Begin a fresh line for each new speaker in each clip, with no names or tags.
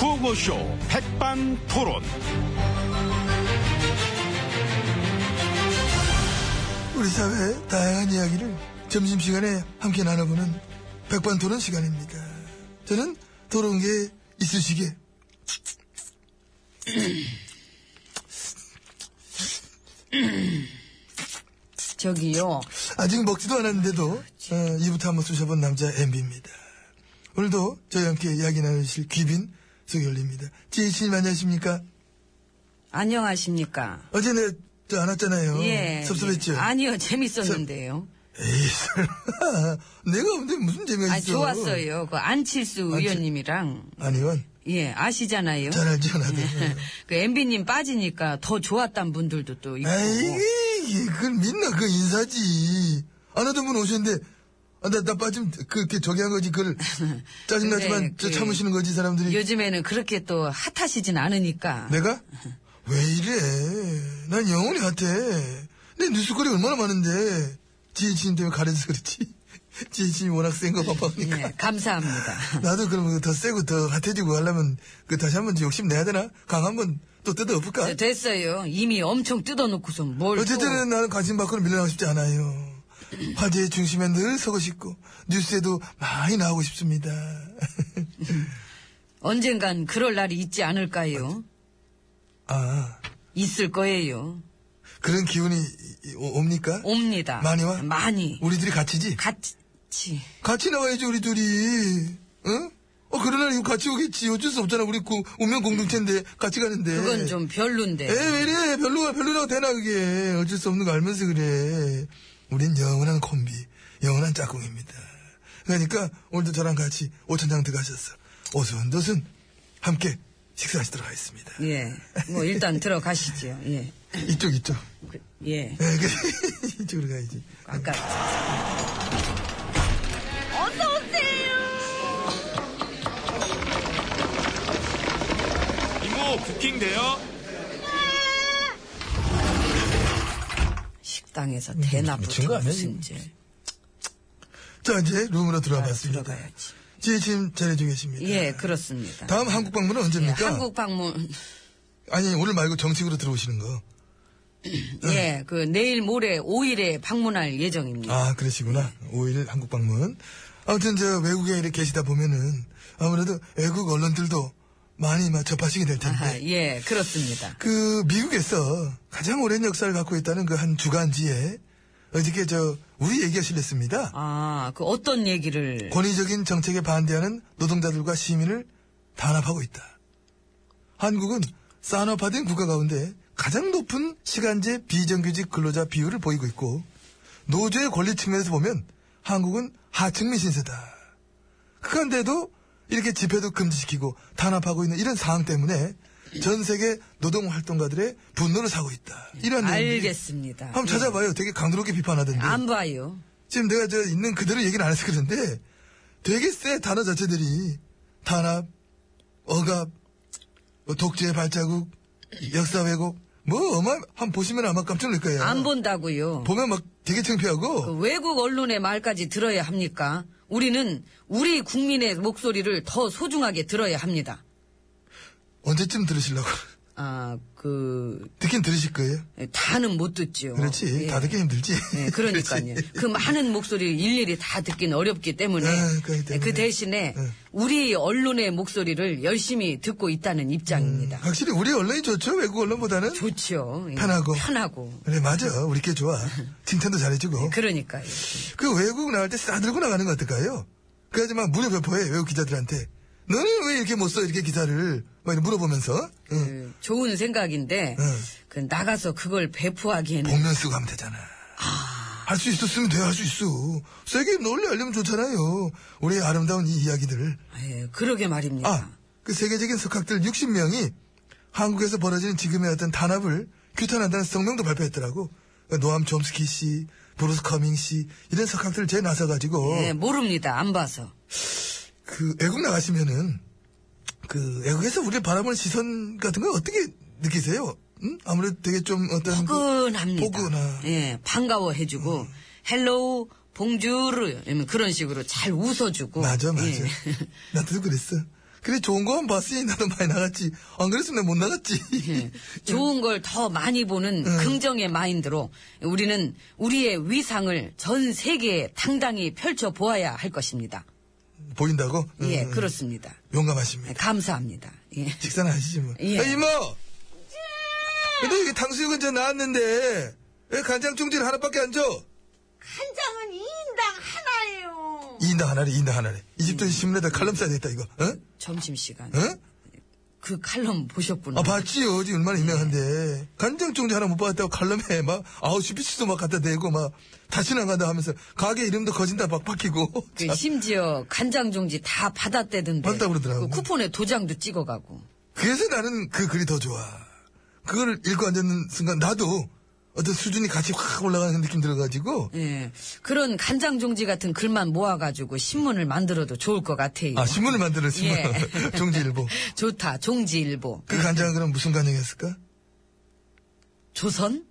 라디오쇼 백반토론.
우리 사회의 다양한 이야기를 점심시간에 함께 나눠보는 백반토론 시간입니다. 저는 토론계 이쑤시개
저기요.
아직 먹지도 않았는데도 어, 이부터 한번 쑤셔본 남자 MB입니다. 오늘도 저희와 함께 이야기 나누실 귀빈 소개 올립니다. 지혜씨님 안녕하십니까?
안녕하십니까.
어제 내저 안왔잖아요. 어, 섭섭했죠?
예. 아니요, 재밌었는데요.
에이 설마. 내가 근데 무슨 재미가
아,
있어.
좋았어요. 그 안칠수 의원님이랑.
아니원
예, 아시잖아요.
잘 알죠 나도.
그 MB님 빠지니까 더 좋았단 분들도 또 있고.
에이 이게 그건 믿나 그 인사지. 안 하던 분 오셨는데 아, 나, 나 빠짐, 그렇게 저기 한 거지, 그걸. 짜증나지만,
근데
저
그
참으시는 거지, 사람들이.
요즘에는 그렇게 또 핫하시진 않으니까.
내가? 왜 이래? 난 영혼이 같아. 내 뉴스거리 얼마나 많은데. 지혜진님 때문에 가려서 그렇지. 지혜진이 워낙 센 거 바빠보니까.
예, 감사합니다.
나도 그럼 더 세고 더 핫해지고 하려면 그 다시 한번 욕심 내야 되나? 강 한번 또 뜯어엎을까?
저 됐어요. 이미 엄청 뜯어놓고선 뭘. 또.
어쨌든 나는 관심 밖으로 밀려나고 싶지 않아요. 화제의 중심에 늘 서고 싶고 뉴스에도 많이 나오고 싶습니다.
언젠간 그럴 날이 있지 않을까요?
아
있을 거예요.
그런 기운이 오- 옵니까?
옵니다.
많이 와?
많이.
우리들이 같이지?
같이.
같이 나와야지 우리 둘이. 응? 어 그러나 이거 같이 오겠지. 어쩔 수 없잖아. 우리 그 운명 공동체인데 같이 가는데.
그건 좀 별론데.
에왜 이래? 별로야 별로라고 되나 그게. 어쩔 수 없는 거 알면서 그래. 우린 영원한 콤비, 영원한 짝꿍입니다. 그러니까 오늘도 저랑 같이 오천장 들어가셔서 오순도순 함께 식사하시도록 하겠습니다.
예. 뭐 일단 들어가시지요. 예.
이쪽 이쪽.
그, 예.
에 그래 이쪽으로 가야지.
아까
이모 부킹 돼요?
식당에서 대나부
미친 거 음, 뭐 아니야,
무슨
이거?
이제
자 이제 룸으로 들어와봤습니다.
아, 들어가야지.
지혜님 잘해주고 계십니다.
예, 그렇습니다.
다음 음. 한국 방문은 언제입니까?
예, 한국 방문.
아니 오늘 말고 정식으로 들어오시는 거.
예, 그 내일 모레 5일에 방문할 예정입니다.
아 그러시구나. 5일 한국 방문. 아무튼 저 외국에 이렇게 계시다 보면은 아무래도 외국 언론들도 많이 막 접하시게 될 텐데.
아하, 예, 그렇습니다.
그 미국에서 가장 오랜 역사를 갖고 있다는 그 한 주간지에 어저께 저 우리 얘기가 실렸습니다.
아, 그 어떤 얘기를
권위적인 정책에 반대하는 노동자들과 시민을 단합하고 있다. 한국은 산업화된 국가 가운데 가장 높은 시간제 비정규직 근로자 비율을 보이고 있고 노조의 권리 측면에서 보면 한국은 하층민 신세다. 그런데도 이렇게 집회도 금지시키고 단합하고 있는 이런 상황 때문에 전 세계 노동 활동가들의 분노를 사고 있다. 이런 내용들이-
알겠습니다.
한번
예.
찾아봐요. 되게 강도롭게 비판하던데.
안 봐요.
지금 내가 저 있는 그대로 얘기를 안 해서 그런데 되게 세 단어 자체들이 탄압, 억압, 뭐 독재 발자국, 역사 왜곡 뭐 어마 한 보시면 아마 깜짝 놀랄 거예요.
안 본다고요.
네. 보면 막 되게
그
창피하고
외국 언론의 말까지 들어야 합니까? 우리는 우리 국민의 목소리를 더 소중하게 들어야 합니다.
언제쯤 들으시려고
아, 그
듣긴 들으실 거예요.
다는 못 듣죠.
그렇지
예.
다 듣기 힘들지.
네, 그러니까요.
그렇지.
그 많은 목소리를 일일이 다 듣긴 어렵기 때문에
아, 그렇기 때문에.
그 대신에
네.
우리 언론의 목소리를 열심히 듣고 있다는 입장입니다.
확실히 우리 언론이 좋죠 외국 언론보다는.
좋죠.
음.
예.
편하고.
편하고.
그래 맞아 우리 게 좋아 칭찬도 잘해주고
그러니까요.
그 외국 나갈 때 싸들고 나가는 거 어떨까요? 그래야지 막 무료 배포해 외국 기자들한테 너는 왜 이렇게 못 써 이렇게 기사를 막 이렇게 물어보면서 응.
그 좋은 생각인데
음. 네.
그 나가서 그걸 배포하기에는
복면 쓰고 하면 되잖아 할 수 있었으면 돼 할 수 있어 세계 널리 알리면 좋잖아요 우리의 아름다운 이 이야기들을
예, 그러게 말입니다.
아 그 세계적인 석학들 60명이 한국에서 벌어지는 지금의 어떤 단합을 규탄한다는 성명도 발표했더라고 노암 점스키 씨 브루스 커밍 씨 이런 석학들 제 나서가지고
예, 모릅니다. 안 봐서.
그 외국 나가시면은 그 외국에서 우리 바라보는 시선 같은 건 어떻게 느끼세요? 음? 아무래도 되게 좀 어떤
포근합니다.
포근하.
예, 반가워해주고
음.
헬로우 봉주르 이러면 그런 식으로 잘 웃어주고.
맞아 맞아.
예.
나도 그랬어. 그래 좋은 거만 봤으니 나도 많이 나갔지. 안 그랬으면 내가 못 나갔지.
예. 좋은 걸 더 많이 보는
음.
긍정의 마인드로 우리는 우리의 위상을 전 세계에 당당히 펼쳐 보아야 할 것입니다.
보인다고?
예,
음,
그렇습니다. 네,
용감하십니다.
감사합니다. 예.
식사는 하시지 뭐.
예.
아, 이모!
예!
근데 이게 탕수육은 저 나왔는데, 왜 간장 종지를 하나밖에 안 줘?
한장은 2인당 하나예요.
인당 하나래, 인당 하나래. 이 집도 신문에다 칼럼 써야 겠다 이거. 어?
점심시간.
어?
그 칼럼 보셨구나.
아, 봤지요. 어디 얼마나 유명한데. 간장 종지 하나 못 받았다고 칼럼에 막, 아우, 시피치도 막 갖다 대고, 막, 다시는 안 간다 하면서, 가게 이름도 거진다 막 바뀌고.
그 심지어 간장종지 다 받았대던데.
받았다 그러더라고.
그 쿠폰에 도장도 찍어가고.
그래서 나는 그 글이 더 좋아. 그걸 읽고 앉는 순간, 나도, 어떤 수준이 같이 확 올라가는 느낌 들어가지고,
예. 그런 간장종지 같은 글만 모아가지고 신문을 만들어도 좋을 것 같아요.
아, 신문을 만들어, 신문.
예.
종지일보.
좋다. 종지일보.
그 간장은 그럼 무슨 간장이었을까?
조선?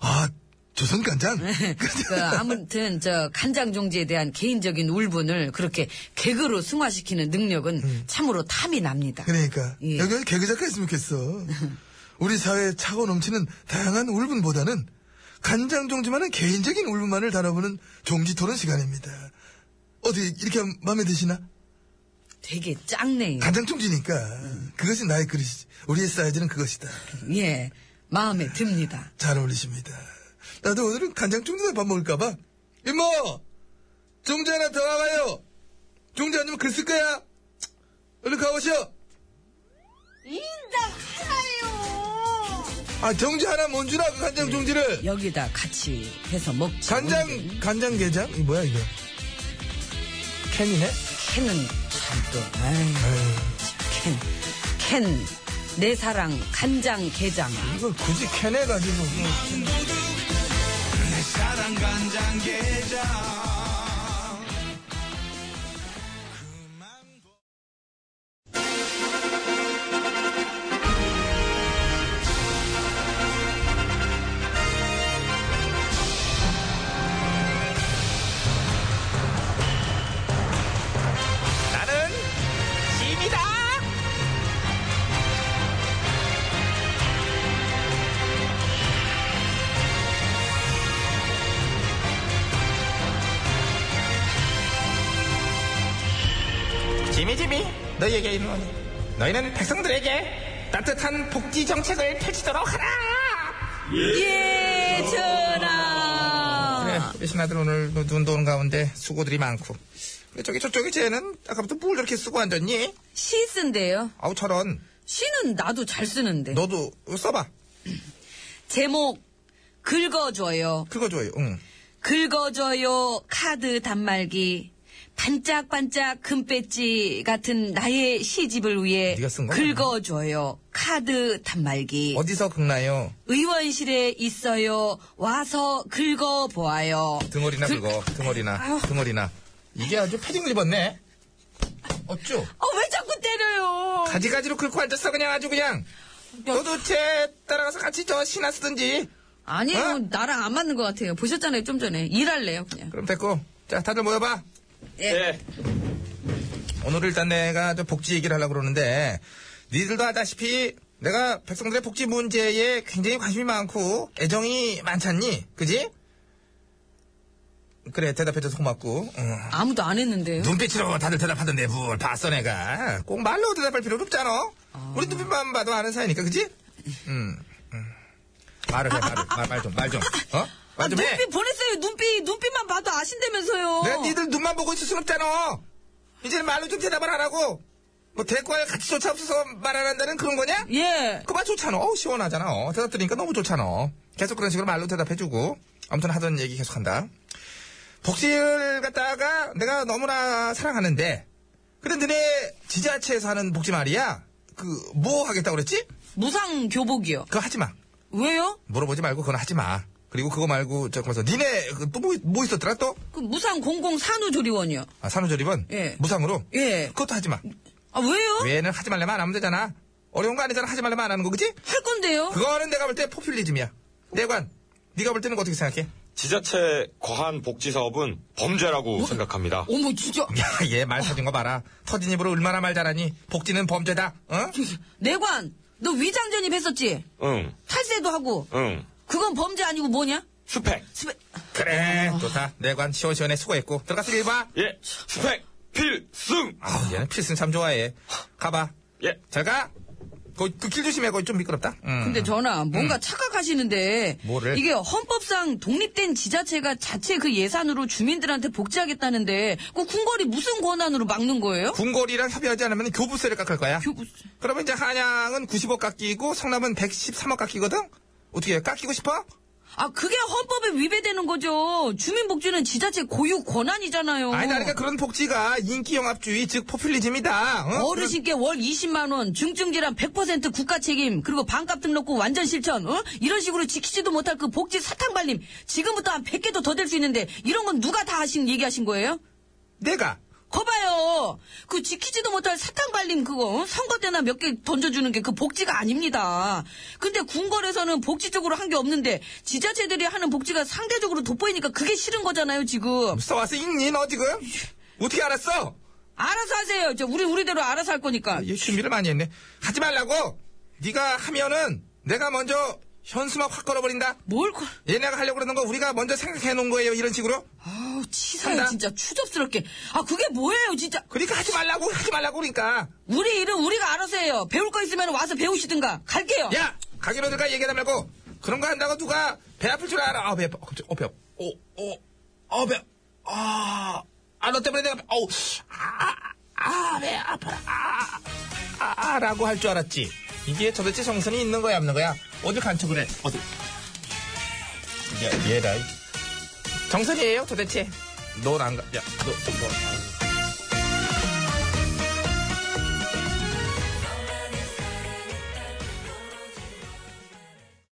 아, 조선 간장?
그, 아무튼, 저, 간장종지에 대한 개인적인 울분을 그렇게 개그로 승화시키는 능력은
음.
참으로 탐이 납니다.
그러니까.
예.
여기 개그 작가 했으면 좋겠어. 우리 사회에 차고 넘치는 다양한 울분보다는 간장 종지만은 개인적인 울분만을 다뤄보는 종지 토론 시간입니다. 어떻게 이렇게 하면 마음에 드시나?
되게 짱네요.
간장 종지니까. 음. 그것이 나의 그릇이지. 우리의 사이즈는 그것이다.
예. 마음에 듭니다.
잘 어울리십니다. 나도 오늘은 간장 종지에 밥 먹을까봐. 이모! 종지 하나 더 와가요! 종지 아니면 글 쓸 거야! 얼른 가오셔!
2인당 하나예요.
아, 정지 하나 뭔 주라, 그 간장 종지를.
여기다 같이 해서 먹지.
간장,
오늘은.
간장게장? 이 뭐야, 이거? 캔이네? 예.
캔은 참또 캔. 캔. 내 사랑 간장 게장.
이걸 굳이 캔 해가지고. 뭐.
나는 짐이다.
지미 지미 너희에게 이르노니 너희는 백성들에게 따뜻한 복지 정책을 펼치도록 하라.
예, 전하.
우리 신하들 네, 오늘 눈 도는 가운데 수고들이 많고 근데 저기 저쪽에 쟤는 아까부터 뭘 저렇게 쓰고 앉았니?
시 쓴대요.
아우 저런
시는 나도 잘 쓰는데.
너도 써봐
제목 긁어줘요.
긁어줘요. 응.
긁어줘요 카드 단말기 반짝반짝 금배지 같은 나의 시집을 위해
네가 쓴 거구나.
긁어줘요 카드 단말기
어디서 긁나요?
의원실에 있어요 와서 긁어보아요
등어리나
긁-
긁어 등어리나
그- 아유.
등어리나 이게 아주 패딩을 입었네. 어쭈?
어 왜 자꾸 때려요
가지가지로 긁고 앉았어 그냥 아주 그냥. 너도 쟤 따라가서 같이 저 신하 쓰든지.
아니에요
어?
나랑 안 맞는 것 같아요 보셨잖아요 좀 전에 일할래요 그냥
그럼 됐고 자 다들 모여봐.
예.
오늘 일단 내가 저 복지 얘기를 하려고 그러는데 니들도 알다시피 내가 백성들의 복지 문제에 굉장히 관심이 많고 애정이 많잖니 그지? 그래 대답해줘서 고맙고 응.
아무도 안 했는데요
눈빛으로 다들 대답하던데 뭘 봤어 내가 꼭 말로 대답할 필요는 없잖아 우리 눈빛만 봐도 아는 사이니까 그지? 음, 음. 말을 해 말을 말좀말좀 어?
아,
말 좀 해.
눈빛 보냈어요 눈빛 눈빛만 봐도 아신다면서요
내가 네, 니들 눈만 보고 있을 순 없잖아. 이제는 말로 좀 대답을 하라고. 뭐 대꾸할 가치조차 없어서 말 안 한다는 그런 거냐?
예
그만 좋잖아. 어우 시원하잖아. 어, 대답 들으니까 너무 좋잖아. 계속 그런 식으로 말로 대답해주고 아무튼 하던 얘기 계속한다. 복지를 갖다가 내가 너무나 사랑하는데 근데 너네 지자체에서 하는 복지 말이야. 그 뭐 하겠다고 그랬지?
무상 교복이요
그거 하지 마.
왜요?
물어보지 말고 그건 하지 마. 그리고 그거 말고 저기서 니네 또뭐 뭐 있었더라 또?
그 무상 공공 산후조리원이요.
아, 산후조리원?
예.
무상으로?
예.
그것도 하지 마.
아 왜요?
왜는 하지 말래만 안 하면 되잖아. 어려운 거 아니잖아. 하지 말래만 안 하는 거, 그지?
할 건데요.
그거는 내가 볼 때 포퓰리즘이야. 내관, 네가 볼 때는 어떻게 생각해?
지자체 과한 복지 사업은 범죄라고 생각합니다.
어머 진짜
야, 얘 말 터진 거 봐라. 터진 입으로 얼마나 말 잘하니? 복지는 범죄다. 어?
내관 너 위장 전입했었지?
응,
탈세도 하고
어.
응.
그건 범죄 아니고 뭐냐?
스펙.
스페...
그래, 좋다. 내관 시원시원해 수고했고. 들어가서 일 봐.
예, 스펙 필승.
아, 얘는 필승 참 좋아해. 가봐.
예,
잘 가. 그길 조심해. 거기 좀 미끄럽다. 음.
근데 전하 뭔가 착각하시는데
뭐를?
이게 헌법상 독립된 지자체가 자체 그 예산으로 주민들한테 복지하겠다는데 그 궁궐이 무슨 권한으로 막는 거예요?
궁궐이랑 협의하지 않으면 교부세를 깎을 거야.
교부-
그러면 이제 한양은 90억 깎이고 성남은 113억 깎이거든. 어떻게 해? 깎이고 싶어?
아 그게 헌법에 위배되는 거죠. 주민복지는 지자체 고유 권한이잖아요.
아니 그러니까 그런 복지가 인기 영합주의 즉 포퓰리즘이다. 어?
어르신께 월 20만 원, 중증질환 100% 국가 책임, 그리고 반값 등록금 완전 실천, 어? 이런 식으로 지키지도 못할 그 복지 사탕 발림, 지금부터 한 100개도 더 될 수 있는데 이런 건 누가 다 하신 얘기하신 거예요?
내가
거봐요. 그 지키지도 못할 사탕 발림 그거 어? 선거 때나 몇 개 던져주는 게 그 복지가 아닙니다. 근데 궁궐에서는 복지적으로 한 게 없는데 지자체들이 하는 복지가 상대적으로 돋보이니까 그게 싫은 거잖아요 지금.
써와서 읽니 너 어, 지금? 어떻게 알았어?
알아서 하세요. 저 우리 우리대로 알아서 할 거니까.
얘 준비를 많이 했네. 하지 말라고. 네가 하면은 내가 먼저 현수막 확 걸어버린다.
뭘 걸?
얘네가 하려고 그러는 거 우리가 먼저 생각해 놓은 거예요. 이런 식으로.
아우 치사해
한다.
진짜 추접스럽게. 아 그게 뭐예요 진짜.
그러니까 하지 말라고 하지 말라고 그러니까.
우리 일은 우리가 알아서 해요. 배울 거 있으면 와서 배우시든가. 갈게요.
야 가기로 들가 얘기하다 말고 그런 거 한다고 누가 배 아플 줄 알아 아배 아파 어, 아, 어배어어배아아너 때문에 내가 어우 아, 아아배 아파 아아라고 할 줄 알았지 이게 도대체 정선이 있는 거야 없는 거야 어디 간척을 해 어디 야 얘라 정선이에요 도대체 넌안가야너너